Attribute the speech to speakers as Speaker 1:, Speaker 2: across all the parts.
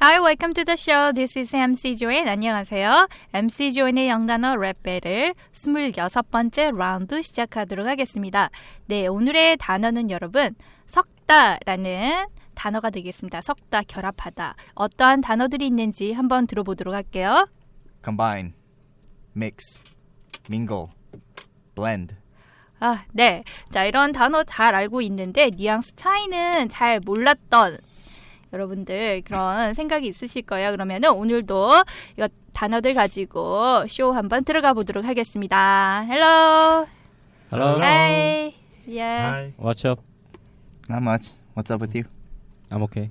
Speaker 1: Hi, welcome to the show. This is MC 조엔. 안녕하세요. MC 조엔의 영단어 랩벨을 26번째 라운드 시작하도록 하겠습니다. 네, 오늘의 단어는 여러분, 섞다라는 단어가 되겠습니다. 섞다, 결합하다. 어떠한 단어들이 있는지 한번 들어보도록 할게요.
Speaker 2: combine, mix, mingle, blend.
Speaker 1: 아, 네. 자, 이런 단어 잘 알고 있는데 뉘앙스 차이는 잘 몰랐던 여러분들 그런 생각이 있으실 거예요. 그러면은 오늘도 이 단어들 가지고 쇼 한번 들어가 보도록 하겠습니다. 헬로.
Speaker 3: Hello.
Speaker 1: 하이. 예.
Speaker 3: What's up?
Speaker 2: Not much. What's up with you?
Speaker 3: I'm okay.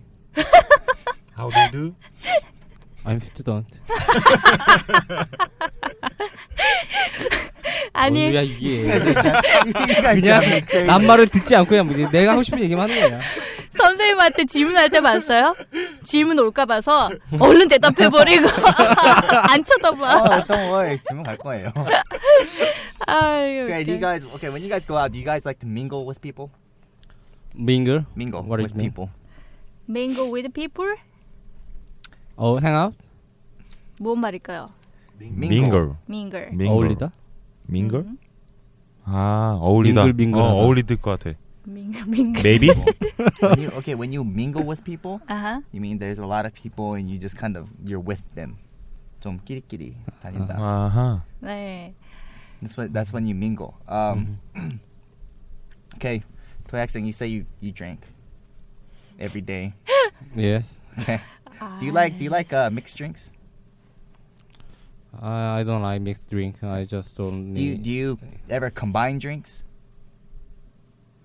Speaker 4: How do you do?
Speaker 3: I'm student.
Speaker 1: 아니
Speaker 3: 뭐야 이게.
Speaker 2: 그냥
Speaker 3: 남 말을 듣지 않고 그냥 뭐지 내가 하고 싶은 얘기만 하는 거야.
Speaker 1: 선생님한테 질문할 때 봤어요? 질문 올까 봐서 얼른 대답해 버리고 안 쳐다봐.
Speaker 2: oh, don't worry. 질문 갈 거예요.
Speaker 1: 아유.
Speaker 2: Okay, you guys. Okay, when you guys go out, do you guys like to mingle with people?
Speaker 3: Mingle
Speaker 2: Mingle
Speaker 3: What does
Speaker 2: with
Speaker 3: it mean?
Speaker 2: people.
Speaker 1: Mingle with people?
Speaker 3: or Oh, hang out,
Speaker 1: 뭔 말일까요?
Speaker 2: Mingle.
Speaker 4: Mingle.
Speaker 1: Mingle.
Speaker 4: Mingle.
Speaker 3: 어울리다.
Speaker 4: Mingle?
Speaker 1: 음.
Speaker 4: 아 어울리다.
Speaker 3: Mingle, mingle
Speaker 4: 어,
Speaker 3: 하다.
Speaker 4: 어울리들 것 같아.
Speaker 1: Mingle mingle.
Speaker 4: Maybe?
Speaker 2: When you, okay, when you mingle with people,
Speaker 1: 아하.
Speaker 2: you mean there's a lot of people and you just kind of you're with them. 좀 끼리끼리 다닌다.
Speaker 3: Uh-huh.
Speaker 4: 아하.
Speaker 1: 네.
Speaker 2: That's when that's when you mingle. Um,
Speaker 3: Mm-hmm.
Speaker 2: okay, to accent, you say you you drink every day.
Speaker 3: Yes.
Speaker 2: Okay. Do you
Speaker 1: 아,
Speaker 2: like do you like uh, mixed drinks?
Speaker 3: I, I don't like mixed drink. I just don't.
Speaker 2: Do you
Speaker 3: need-
Speaker 2: do you ever combine drinks?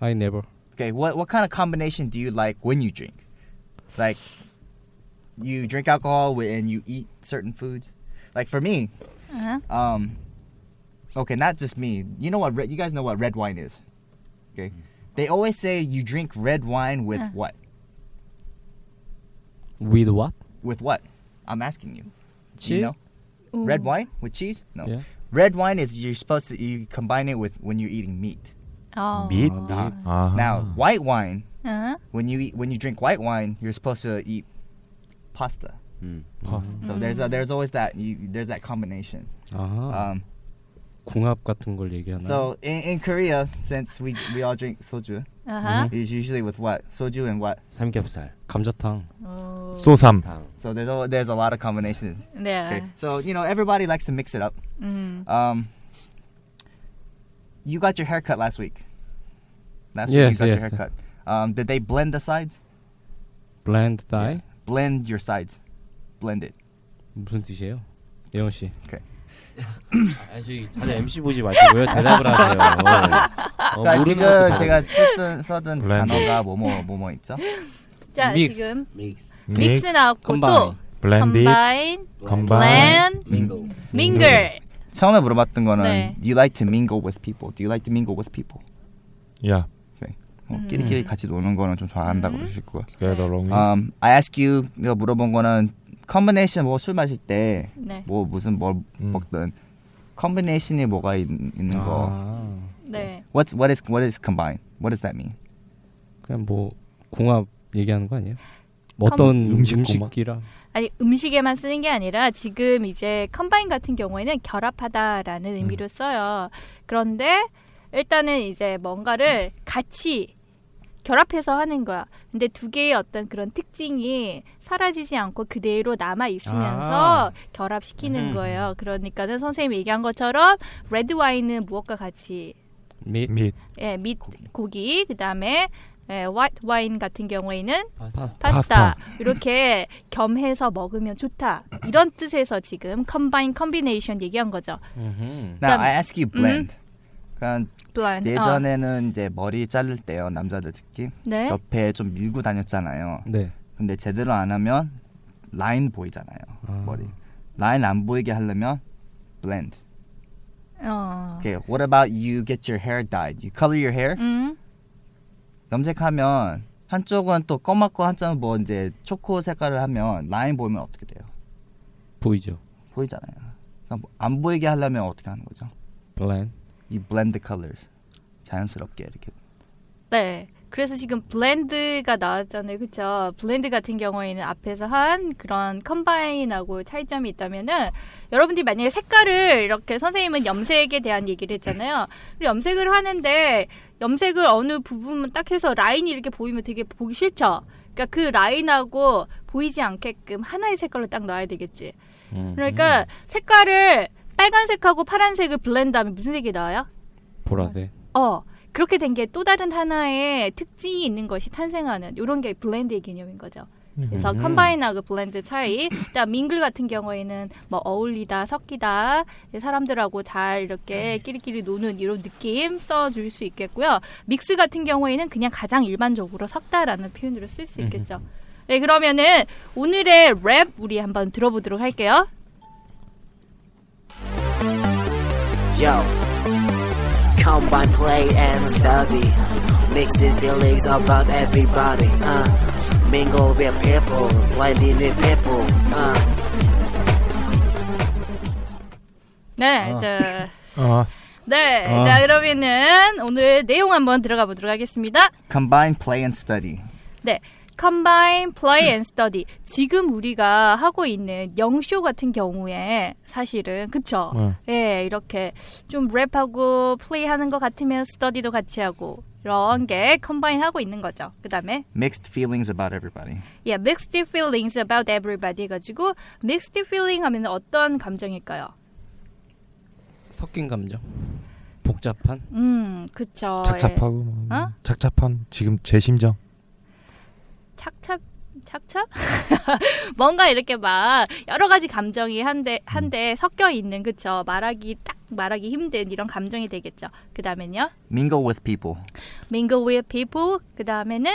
Speaker 3: I never.
Speaker 2: Okay, what what kind of combination do you like when you drink? Like, you drink alcohol wi- and you eat certain foods. Like for me,
Speaker 1: Uh-huh.
Speaker 2: um, okay, not just me. You know what? Red, you guys know what red wine is. Okay,
Speaker 3: Hmm.
Speaker 2: they always say you drink red wine with
Speaker 1: Uh.
Speaker 2: what?
Speaker 3: With what?
Speaker 2: With what? I'm asking you. Do
Speaker 3: Cheese.
Speaker 2: You know? Red wine with cheese? No.
Speaker 3: Yeah.
Speaker 2: Red wine is you're supposed to you combine it with when you're eating meat.
Speaker 1: 어.
Speaker 4: Meat?
Speaker 3: 아,
Speaker 4: 아하.
Speaker 2: Now,
Speaker 3: Ah.
Speaker 2: white wine
Speaker 1: 어?
Speaker 2: when you eat when you drink white wine, you're supposed to eat pasta.
Speaker 4: 파-
Speaker 2: So there's
Speaker 5: Mm-hmm.
Speaker 2: a, there's always that you, there's that combination.
Speaker 5: Oh.
Speaker 3: 아하.
Speaker 2: Um,
Speaker 3: 궁합 같은 걸 얘기하나?
Speaker 2: so in, in Korea, since we we all drink soju,
Speaker 1: 아하.
Speaker 2: it's usually with what soju and what.
Speaker 5: 삼겹살,
Speaker 3: 감자탕.
Speaker 1: 어.
Speaker 4: 소삼.
Speaker 5: 탕,
Speaker 2: So there's a, there's a lot of combinations. Okay.
Speaker 1: 네.
Speaker 2: So you know everybody likes to mix it up.
Speaker 1: 음.
Speaker 2: Um, you got your haircut last week. Last week
Speaker 3: Yes,
Speaker 2: you got your
Speaker 3: yes.
Speaker 2: haircut. Um, did they blend the sides?
Speaker 3: Blend dye.
Speaker 2: Blend your sides. Blend it.
Speaker 3: 무슨 뜻이에요? 예원 씨.
Speaker 5: 아, 저기 다들 MC 보지 마시고요.
Speaker 3: 아.
Speaker 5: 대답을 하세요. 어,
Speaker 2: 그러니까
Speaker 5: 모르는
Speaker 2: 지금
Speaker 5: 것도
Speaker 2: 제가 썼던 썼던
Speaker 4: Blend it.
Speaker 2: 단어가 뭐뭐 뭐뭐 있죠?
Speaker 1: 자,
Speaker 3: Mix.
Speaker 1: 지금
Speaker 5: 믹스,
Speaker 1: 믹스 나왔고 또
Speaker 3: Combine.
Speaker 4: 블렌디.
Speaker 1: combine,
Speaker 4: 건반.
Speaker 1: blend,
Speaker 5: 밍고,
Speaker 1: mingle.
Speaker 2: 처음에 물어봤던 거는
Speaker 1: 네.
Speaker 2: Do you like to mingle with people? Do you like to mingle with people?
Speaker 4: 야.
Speaker 2: 어,
Speaker 1: 음.
Speaker 2: 끼리끼리 같이 노는 거는 좀 좋아한다고 그러실 거야.
Speaker 3: 음.
Speaker 4: 깨달롱이.
Speaker 2: Um, I ask you 내가 물어본 거는 컨버네이션 뭐 술 마실 때 뭐
Speaker 1: 네.
Speaker 2: 무슨 뭘
Speaker 4: 음.
Speaker 2: 먹든 컨버네이션이 뭐가 있, 있는 음, 거.
Speaker 3: 음, 아.
Speaker 1: 네.
Speaker 2: What's what is what is combined? What does that mean?
Speaker 3: 그냥 뭐 궁합 얘기하는 거 아니에요? 뭐
Speaker 1: 컴-
Speaker 3: 어떤
Speaker 4: 음식
Speaker 3: 음식
Speaker 4: 궁합?
Speaker 3: 음식이랑
Speaker 1: 아니 음식에만 쓰는 게 아니라 지금 이제 컴바인 같은 경우에는 결합하다라는 의미로 써요. 그런데 일단은 이제 뭔가를 같이 결합해서 하는 거야. 근데 두 개의 어떤 그런 특징이 사라지지 않고 그대로 남아 있으면서
Speaker 5: 아.
Speaker 1: 결합시키는
Speaker 5: 음.
Speaker 1: 거예요. 그러니까는 선생님이 얘기한 것처럼 레드 와인은 무엇과 같이
Speaker 3: 미
Speaker 4: 밋
Speaker 1: 예, 및 고기, 그다음에 예, 화이트 와인 같은 경우에는
Speaker 5: 파스타.
Speaker 1: 파스타 이렇게 겸해서 먹으면 좋다. 이런 뜻에서 지금 컴바인 컨비네이션 얘기한 거죠.
Speaker 3: 음흠.
Speaker 2: Now
Speaker 1: 그다음-
Speaker 2: I ask you blend. 그러니까
Speaker 1: 또한 음. 어,
Speaker 2: 예전에는 이제 머리 자를 때요 남자들 특히
Speaker 1: 네.
Speaker 2: 옆에 좀 밀고 다녔잖아요.
Speaker 3: 네.
Speaker 2: 근데 제대로 안 하면 라인 보이잖아요
Speaker 3: 아.
Speaker 2: 머리. 라인 안 보이게 하려면 blend.
Speaker 1: 어.
Speaker 2: Okay, what about you get your hair dyed? You color your hair.
Speaker 1: 음.
Speaker 2: 염색하면 한쪽은 또 검맣고 한쪽은 뭐 이제 초코 색깔을 하면 라인 보이면 어떻게 돼요?
Speaker 3: 보이죠.
Speaker 2: 보이잖아요. 그럼 안 보이게 하려면 어떻게 하는 거죠?
Speaker 3: 블렌.
Speaker 2: 이 blend colors 자연스럽게 이렇게
Speaker 1: 네. 그래서 지금 블렌드가 나왔잖아요. 그쵸? 블렌드 같은 경우에는 앞에서 한 그런 컴바인하고 차이점이 있다면은 여러분들이 만약에 색깔을 이렇게 선생님은 염색에 대한 얘기를 했잖아요. 그리고 염색을 하는데 염색을 어느 부분만 딱 해서 라인이 이렇게 보이면 되게 보기 싫죠? 그러니까 그 라인하고 보이지 않게끔 하나의 색깔로 딱 넣어야 되겠지.
Speaker 3: 음.
Speaker 1: 그러니까 색깔을 빨간색하고 파란색을 블렌드하면 무슨 색이 나와요?
Speaker 3: 보라색.
Speaker 1: 어 그렇게 된 게 또 다른 하나의 특징이 있는 것이 탄생하는 이런 게 블렌드의 개념인 거죠. 그래서
Speaker 3: 음.
Speaker 1: 컴바인하고 블렌드 차이. 그다음 밍글 같은 경우에는 뭐 어울리다, 섞이다, 사람들하고 잘 이렇게 끼리끼리 노는 이런 느낌 써줄 수 있겠고요. 믹스 같은 경우에는 그냥 가장 일반적으로 섞다라는 표현으로 쓸 수 있겠죠. 네 그러면은 오늘의 랩 우리 한번 들어보도록 할게요.
Speaker 6: Yo, combine play and study. Mix the feelings about everybody. Uh, mingle with people, blending with people. Uh.
Speaker 1: 네, 자,
Speaker 4: 아,
Speaker 1: 네,
Speaker 4: 아.
Speaker 1: 자 그러면은 오늘 내용 한번 들어가 보도록 하겠습니다.
Speaker 2: combine play and study.
Speaker 1: 네. Combine, play and study. 지금 우리가 하고 있는 영쇼 같은 경우에 사실은 그쵸?
Speaker 4: 어.
Speaker 1: 예, 이렇게 좀 랩하고 플레이하는 것 같으면 스터디도 같이 하고 이런 게 컴바인 하고 있는 거죠. 그 다음에
Speaker 2: Mixed feelings about everybody.
Speaker 1: 예, mixed feelings about everybody 해가지고 mixed feeling 하면 어떤 감정일까요?
Speaker 3: 섞인 감정. 복잡한.
Speaker 1: 음, 그쵸. 예.
Speaker 4: 착잡하고 뭐,
Speaker 1: 어?
Speaker 4: 착잡한 지금 제 심정.
Speaker 1: 착착 착착 뭔가 이렇게 막 여러 가지 감정이 한데 한데 섞여 있는 그쵸 말하기 딱 말하기 힘든 이런 감정이 되겠죠 그 다음에는요
Speaker 2: Mingle with people.
Speaker 1: mingle with people 그 다음에는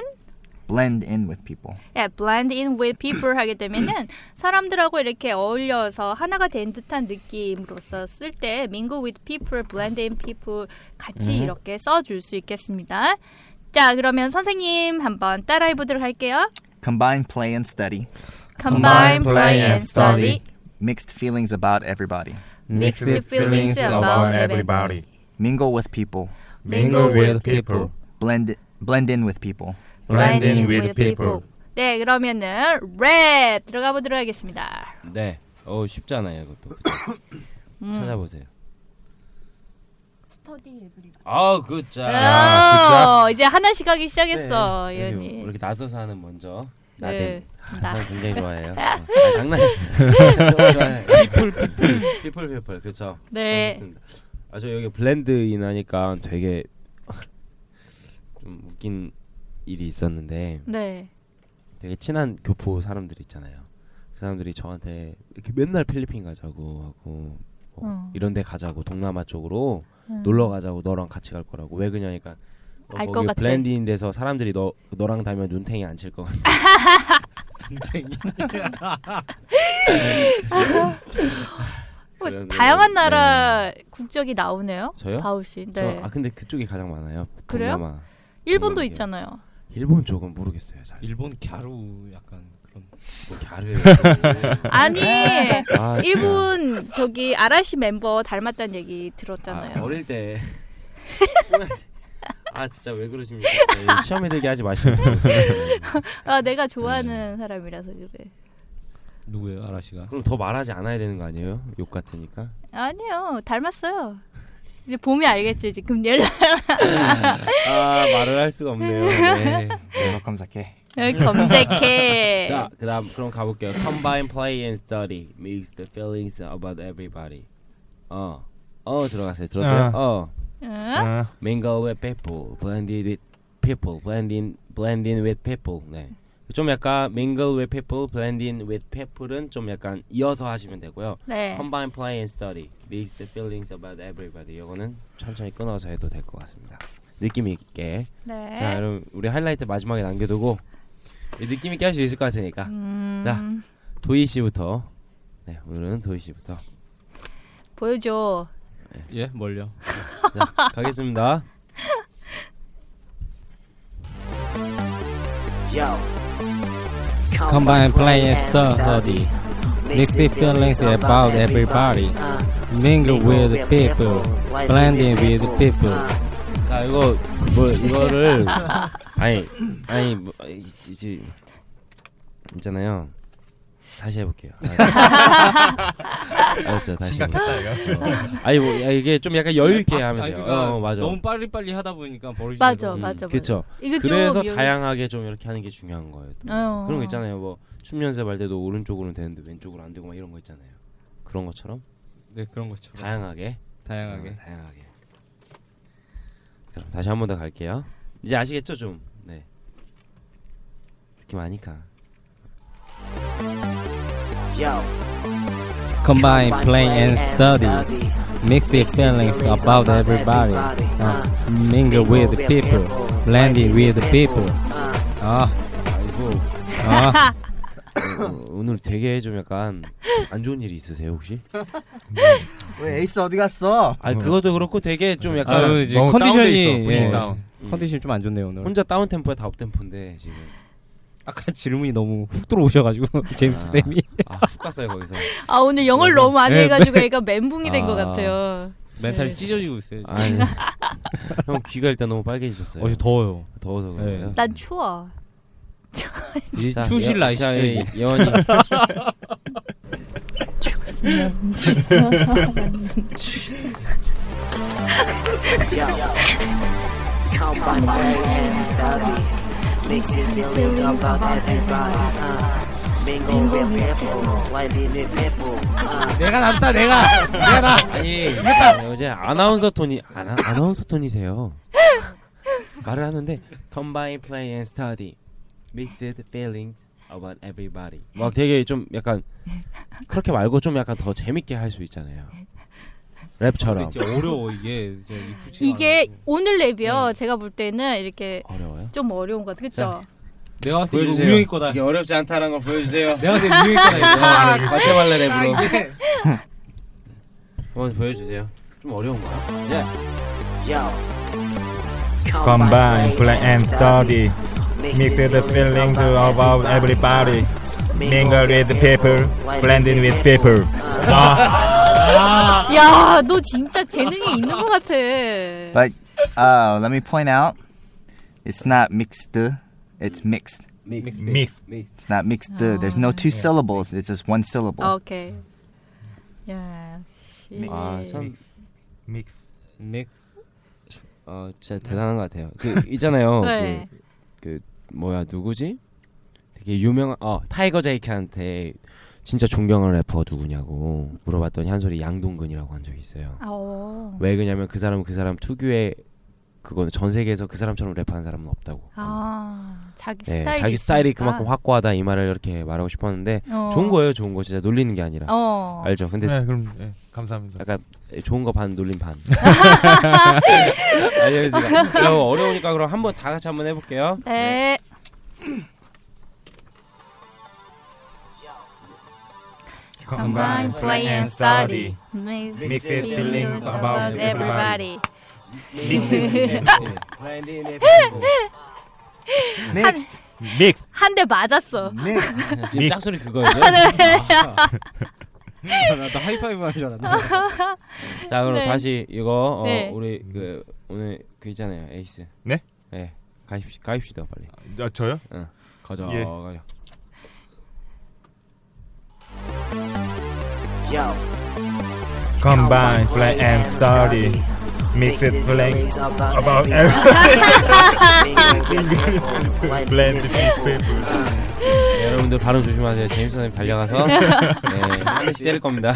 Speaker 2: Blend in with people.
Speaker 1: 예, blend in with people 하게 되면은 사람들하고 이렇게 어울려서 하나가 된 듯한 느낌으로서 쓸 때 mingle with people, blend in people 같이 이렇게 써줄 수 있겠습니다 자 그러면 선생님 한번 따라해 보도록 할게요
Speaker 2: Combine play and study.
Speaker 1: combine, play and study
Speaker 2: Mixed feelings about everybody.
Speaker 1: Mixed feelings about everybody.
Speaker 2: Mingle with people.
Speaker 1: mingle with
Speaker 4: people.
Speaker 2: Blend blend in with people.
Speaker 1: blending with people. 네, 그러면은 랩 들어가 보도록 하겠습니다.
Speaker 5: 네. 어 쉽잖아요 이것도. 찾아보세요. 아 그자.
Speaker 1: 어, 이제 하나씩 하기 시작했어,
Speaker 5: 아, 네. 이렇게,
Speaker 1: 예언이.
Speaker 5: 이렇게 나서서 하는 먼저.
Speaker 1: 네.
Speaker 5: 나댐.
Speaker 1: 나.
Speaker 5: 저는 굉장히 좋아해요. 어, 아, 장난.
Speaker 7: 네.
Speaker 5: 좋아해. 피플 피플 피플 피플 그렇죠.
Speaker 1: 네.
Speaker 5: 아저 여기 블렌드인 하니까 되게 좀 웃긴 일이 있었는데
Speaker 1: 네.
Speaker 5: 되게 친한 교포 사람들 있잖아요. 그 사람들이 저한테 이렇게 맨날 필리핀 가자고 하고 뭐
Speaker 1: 어.
Speaker 5: 이런 데 가자고 동남아 쪽으로
Speaker 1: 음.
Speaker 5: 놀러 가자고 너랑 같이 갈 거라고 왜 그냐니까 어,
Speaker 1: 알것
Speaker 5: 거기
Speaker 1: 같아.
Speaker 5: 블렌딩 돼서 사람들이 너 너랑 달면 눈탱이 안 칠 것 같아. 눈탱이.
Speaker 1: 뭐,
Speaker 5: 그런
Speaker 1: 다양한
Speaker 5: 거.
Speaker 1: 나라 국적이 나오네요.
Speaker 5: 저요?
Speaker 1: 바울 씨.
Speaker 5: 저-
Speaker 1: 네.
Speaker 5: 아 근데 그쪽이 가장 많아요.
Speaker 1: 그래요?
Speaker 5: 동남아.
Speaker 1: 일본도
Speaker 5: 저는 이게-
Speaker 1: 있잖아요.
Speaker 5: 일본 쪽은 모르겠어요. 잘.
Speaker 3: 일본 갸루 약간 그런.
Speaker 5: 뭐 갸르.
Speaker 1: 아니,
Speaker 5: 아, 진짜.
Speaker 1: 일본 저기 아라시 멤버 닮았다는 얘기
Speaker 5: 아,
Speaker 1: 들었잖아요.
Speaker 5: 어릴 때. 아 진짜 왜 그러십니까? 진짜 네, 시험에 들게 하지 마시고.
Speaker 1: 아, 내가 좋아하는 사람이라서 그래.
Speaker 3: 누구예요, 아라 씨가?
Speaker 5: 그럼 더 말하지 않아야 되는 거 아니에요? 욕 같으니까.
Speaker 1: 아니요, 닮았어요. 이제 봄이 알겠지 이제 금요일.
Speaker 5: 아 말을 할 수가 없네요. 네.
Speaker 2: 이거 검색해.
Speaker 1: 여기 어, 검색해.
Speaker 5: 자 그다음 그럼 가볼게요. Combine play and study mix the feelings about everybody. 어, 어 들어갔어요. 들었어요.
Speaker 4: 아.
Speaker 5: 어,
Speaker 1: 응?
Speaker 4: 아,
Speaker 5: mingle with people, blended with people, blending blending with people. 네. 좀 약간 mingle with people, blending with people은 좀 약간 이어서 하시면 되고요.
Speaker 1: 네.
Speaker 5: Combine play and study mix the feelings about everybody. 이거는 천천히 끊어서 해도 될 것 같습니다. 느낌 있게.
Speaker 1: 네.
Speaker 5: 자, 여러분 우리 하이라이트 마지막에 남겨두고 이 느낌 있게 할 수 있을 것 같으니까
Speaker 1: 음,
Speaker 5: 자. 도희 씨부터. 네, 오늘은 도희 씨부터
Speaker 1: 보여줘.
Speaker 3: 예, 뭘요?
Speaker 5: 자, 가겠습니다.
Speaker 6: Yo.
Speaker 3: Come by and play and study.
Speaker 6: Mix the feelings about everybody. uh.
Speaker 3: Mingle with people, blending with people.
Speaker 5: 자, 이거 뭐 이거를 아니 아니 뭐, 아이, 지, 지, 있잖아요. 다시 해볼게요. 아, 알았죠, 다시. 심각했다 이거. 아니 뭐 야, 이게 좀 약간 여유 있게 하면 돼요. 어, 맞아.
Speaker 3: 그러니까 너무 빨리빨리 하다 보니까 버리지. 뭐.
Speaker 1: 맞아, 맞아, 맞아.
Speaker 5: 그렇죠.
Speaker 1: 이거 좀
Speaker 5: 그래서
Speaker 1: 여기-
Speaker 5: 다양하게 좀 이렇게 하는 게 중요한 거예요. 또.
Speaker 1: 어.
Speaker 5: 그런 거 있잖아요. 뭐 춤 연습할 때도 오른쪽으로는 되는데 왼쪽으로 안 되고 막 이런 거 있잖아요. 그런 것처럼
Speaker 3: 네, 그런 것처럼.
Speaker 5: 다양하게
Speaker 3: 다양하게.
Speaker 5: 어, 다양하게. 그럼 다시 한 번 더 갈게요. 이제 아시겠죠 좀. 네. 느낌 아니까.
Speaker 6: uh.
Speaker 3: Combine play and study. Mix the feelings about everybody. 어, mingle with people, blending with people.
Speaker 6: uh.
Speaker 3: 아,
Speaker 5: 아이고
Speaker 3: 아,
Speaker 5: 어, 오늘 되게 좀 약간 안 좋은 일이 있으세요 혹시?
Speaker 2: 왜 에이스 어디 갔어?
Speaker 5: 아 그것도 그렇고 되게 좀 약간
Speaker 3: 아유, 이제
Speaker 4: 너무 다운돼 있어,
Speaker 3: 컨디션이
Speaker 4: 본인
Speaker 3: 예,
Speaker 4: 다운.
Speaker 3: 컨디션 이 좀 안 좋네요 오늘.
Speaker 5: 혼자 다운 템포에 다운 템포인데 지금
Speaker 3: 아까 질문이 너무 훅 들어오셔가지고 제임스
Speaker 5: 아.
Speaker 3: 댐이
Speaker 5: 아훅 갔어요 거기서.
Speaker 1: 아 오늘 영어를 너무 많이
Speaker 3: 네,
Speaker 1: 해가지고 애가 멘붕이 된 것
Speaker 5: 아.
Speaker 1: 같아요.
Speaker 3: 멘탈이 찢어지고 있어요.
Speaker 5: 아, 형 귀가 일단 너무 빨개지셨어요.
Speaker 3: 어제 더워요.
Speaker 5: 더워서
Speaker 3: 네.
Speaker 5: 그래요.
Speaker 1: 난 추워.
Speaker 3: 이제
Speaker 5: 자,
Speaker 3: 추실
Speaker 5: 여-
Speaker 3: 날씨죠.
Speaker 5: 자,
Speaker 3: 이제.
Speaker 5: 예원이
Speaker 6: Mix these feelings about everybody. Uh, mingle with people, blending with people. Uh,
Speaker 3: 내가 낫다 내가.
Speaker 5: 아니 아니, 네, 어제 아나운서 톤이 아나, 아나운서 톤이세요. 말을 하는데 combine play and study, mixed feelings about everybody. 막 되게 좀 약간 그렇게 말고 좀 약간 더 재밌게 할 수 있잖아요.
Speaker 3: 근데
Speaker 5: 랩처럼
Speaker 3: 진짜 어려워 이게. 진짜 이 푸치가
Speaker 1: 이게
Speaker 3: 안 와가지고.
Speaker 1: 오늘 랩이요.
Speaker 5: 네.
Speaker 1: 제가 볼 때는 이렇게
Speaker 5: 어려워요.
Speaker 1: 좀 어려운 것 같아. 그쵸?
Speaker 3: 내가 봤을 때 이거 우영이 거다.
Speaker 5: 이게 어렵지 않다는 걸 보여주세요. 아, 네,
Speaker 3: 내가 봤을 때 우영이 거다. 이거.
Speaker 5: 맞춰발레 랩으로 한번 보여주세요. 좀 어려운 거야. 예.
Speaker 6: yo.
Speaker 4: Combine, play and study. Mix the feelings about everybody. Mingle with people, blending with people.
Speaker 5: 네.
Speaker 1: 야, 너 진짜 재능이 있는 것 같아.
Speaker 2: But uh, let me point out, it's not mixed. It's mixed.
Speaker 5: 믹스
Speaker 4: Myth.
Speaker 5: 믹스.
Speaker 2: It's not mixed. There's no two syllables. It's just one syllable.
Speaker 1: 아, 오케이. 야, 네. 역시.
Speaker 5: 아참
Speaker 4: Mix.
Speaker 3: 맥.
Speaker 5: 어, 진짜 대단한 것 같아요. 그 있잖아요.
Speaker 1: 네.
Speaker 5: 그 뭐야 누구지? 되게 유명한 어 타이거 제이크한테 진짜 존경하는 래퍼 누구냐고 물어봤더니 한 소리 양동근이라고 한 적이 있어요.
Speaker 1: 아, 오.
Speaker 5: 왜 그냐면 그 사람은 그 사람 특유의 그거는 전 세계에서 그 사람처럼 랩하는 사람은 없다고.
Speaker 1: 아, 자기
Speaker 5: 예,
Speaker 1: 스타일이
Speaker 5: 자기 스타일이
Speaker 1: 있으니까.
Speaker 5: 그만큼 확고하다 이 말을 이렇게 말하고 싶었는데
Speaker 1: 어.
Speaker 5: 좋은 거예요, 좋은 거 진짜 놀리는 게 아니라.
Speaker 1: 어.
Speaker 5: 알죠? 근데
Speaker 4: 네, 그럼 네, 감사합니다.
Speaker 5: 약간 좋은 거 반 놀림 반. 아니요, 지금 그럼 어려우니까 그럼 한번 다 같이 한번 해볼게요.
Speaker 1: 네. Combine, play and study. Make
Speaker 4: Mixed
Speaker 1: feelings
Speaker 4: feelings
Speaker 1: about
Speaker 4: about
Speaker 1: everybody.
Speaker 2: Mixed.
Speaker 4: Mix.
Speaker 1: 한 대 맞았어.
Speaker 5: 음,
Speaker 2: Mixed.
Speaker 5: 지금
Speaker 4: 믹스.
Speaker 5: 짝소리 아, 네. 그거예요.
Speaker 3: 아, 나도 하이파이브 할 줄 알았는데.
Speaker 5: 자 그럼
Speaker 1: 네.
Speaker 5: 다시 이거 어,
Speaker 1: 네.
Speaker 5: 우리
Speaker 3: 예.
Speaker 5: 그 오늘 그 있잖아요 에이스.
Speaker 4: 네?
Speaker 5: 네. 가입시 가입시다 빨리.
Speaker 4: 아, 저요?
Speaker 5: 가자.
Speaker 4: 예.
Speaker 5: 가자.
Speaker 6: Yo.
Speaker 4: Combine, play and study.
Speaker 6: mixed feelings about everybody. Blended people.
Speaker 5: 네, 여러분들 발음 조심하세요. 제임스 선생님 달려가서 네, 한대씩 때릴 겁니다.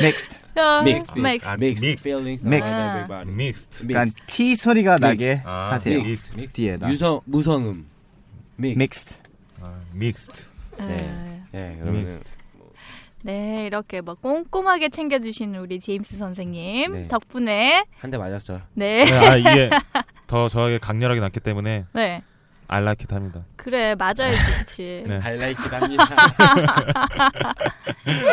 Speaker 2: Next.
Speaker 1: 어,
Speaker 5: Mixed,
Speaker 1: mixed.
Speaker 5: mixed,
Speaker 6: Mixed.
Speaker 5: feelings
Speaker 2: Mixed.
Speaker 5: about everybody.
Speaker 6: Mixed.
Speaker 2: 약간
Speaker 5: Mixed.
Speaker 2: T 소리가
Speaker 5: Mixed.
Speaker 2: 나게
Speaker 6: 아,
Speaker 4: Ah,
Speaker 2: 하세요.
Speaker 6: mixed.
Speaker 2: 뒤에다.
Speaker 5: 유성 무성음. Mixed.
Speaker 2: Mixed.
Speaker 4: Ah,
Speaker 6: 아, Mixed.
Speaker 5: 네. 네, 여러분.
Speaker 1: 네, 이렇게 막 꼼꼼하게 챙겨주신 우리 제임스 선생님
Speaker 5: 네.
Speaker 1: 덕분에
Speaker 5: 한대 맞았죠.
Speaker 1: 네,
Speaker 4: 네, 아 이게 더 저에게 강렬하게 났기 때문에
Speaker 1: 네,
Speaker 4: I like it 합니다.
Speaker 1: 그래 맞아야지, 그렇지.
Speaker 4: 네.
Speaker 5: I like it 합니다.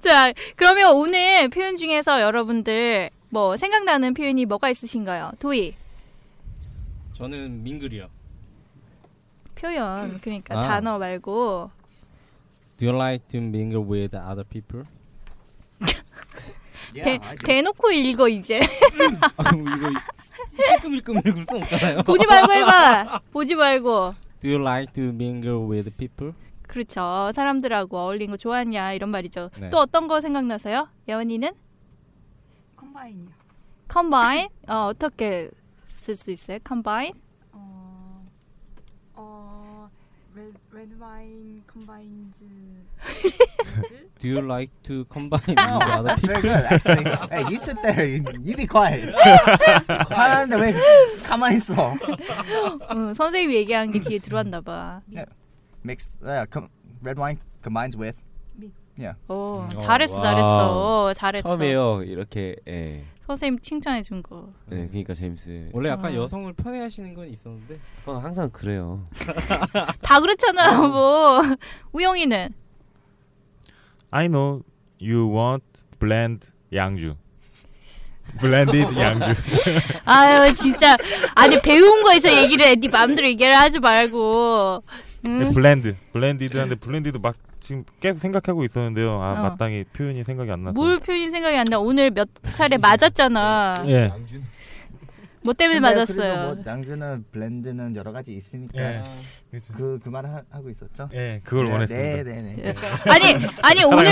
Speaker 1: 자, 그러면 오늘 표현 중에서 여러분들 뭐 생각나는 표현이 뭐가 있으신가요? 도희
Speaker 3: 저는 민글이요.
Speaker 1: 표현 그러니까
Speaker 3: 아.
Speaker 1: 단어 말고
Speaker 3: Do you like to mingle with other people?
Speaker 1: 대, 대놓고 읽어 이제
Speaker 3: 아, 이거 일끔일끔 읽을 수 없잖아요.
Speaker 1: 보지 말고 해봐. 보지 말고.
Speaker 3: Do you like to mingle with people?
Speaker 1: 그렇죠. 사람들하고 어울리는 거 좋아하냐 이런 말이죠.
Speaker 3: 네.
Speaker 1: 또 어떤 거 생각나서요? 예원이는
Speaker 8: 컴바인이요.
Speaker 1: 컴바인 어, 어떻게 쓸 수 있어요? 컴바인
Speaker 8: 어, 어, 레드, 레드 와인 컴바인즈.
Speaker 3: Do you like to combine with other
Speaker 2: Very
Speaker 3: people?
Speaker 2: good, actually. Hey, you sit there. You, you be quiet. 화나는데 왜 가만히 있어?
Speaker 1: 응, 선생님이 얘기한 게 귀에 들어왔나 봐.
Speaker 2: Mixed. Uh, com- red wine combines with.
Speaker 1: 오,
Speaker 3: 음, 어,
Speaker 1: 잘했어,
Speaker 5: 와우.
Speaker 1: 잘했어, 잘했어.
Speaker 5: 처음이에요. 이렇게 예.
Speaker 1: 선생님 칭찬해 준 거.
Speaker 5: 네, 그러니까 제임스.
Speaker 3: 원래 약간
Speaker 1: 아.
Speaker 3: 여성을 편애하시는 건 있었는데
Speaker 5: 어, 항상 그래요.
Speaker 1: 다 그렇잖아,
Speaker 5: 음.
Speaker 1: 뭐. 우영이는
Speaker 4: I know you want blend 양주. Blended 양주.
Speaker 1: 아유 진짜 아니 배운 거에서 얘기를 해. 네 마음대로 얘기를 하지 말고.
Speaker 5: 네,
Speaker 1: 응?
Speaker 4: 블렌드. 블렌디드한데 블렌디드 막 지금 계속 생각하고 있었는데요. 아
Speaker 1: 어.
Speaker 4: 마땅히 표현이 생각이 안 나서.
Speaker 1: 뭘 표현이 생각이 안 나. 오늘 몇 차례 맞았잖아.
Speaker 4: 예.
Speaker 1: 뭐 때문에 맞았어요.
Speaker 2: 뭐 양주는 블렌드는 여러 가지 있으니까
Speaker 4: 예.
Speaker 2: 그 그 말 하고 있었죠.
Speaker 4: 예. 그걸
Speaker 2: 네,
Speaker 4: 원했습니다.
Speaker 2: 네, 네.
Speaker 1: 아니 아니 오늘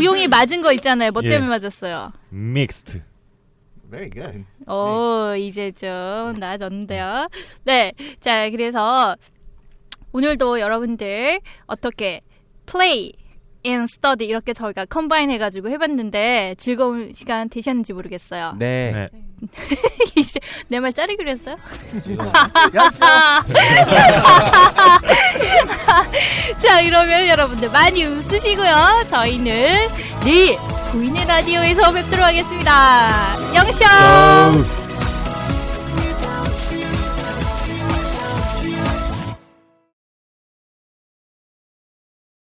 Speaker 1: 우용이 맞은 거 있잖아요. 뭐
Speaker 4: 예.
Speaker 1: 때문에 맞았어요.
Speaker 4: Mixed.
Speaker 2: Very good.
Speaker 1: 오 어, 이제 좀 나아졌는데요. 네, 자 그래서 오늘도 여러분들 어떻게 play and study 이렇게 저희가 컴바인 해가지고 해봤는데 즐거운 시간 되셨는지 모르겠어요.
Speaker 5: 네.
Speaker 4: 네.
Speaker 1: 이제 내 말 자르기로 했어요? 자 그러면 여러분들 많이 웃으시고요. 저희는 내일 보이는 라디오에서 뵙도록 하겠습니다. 영쇼.
Speaker 4: 어.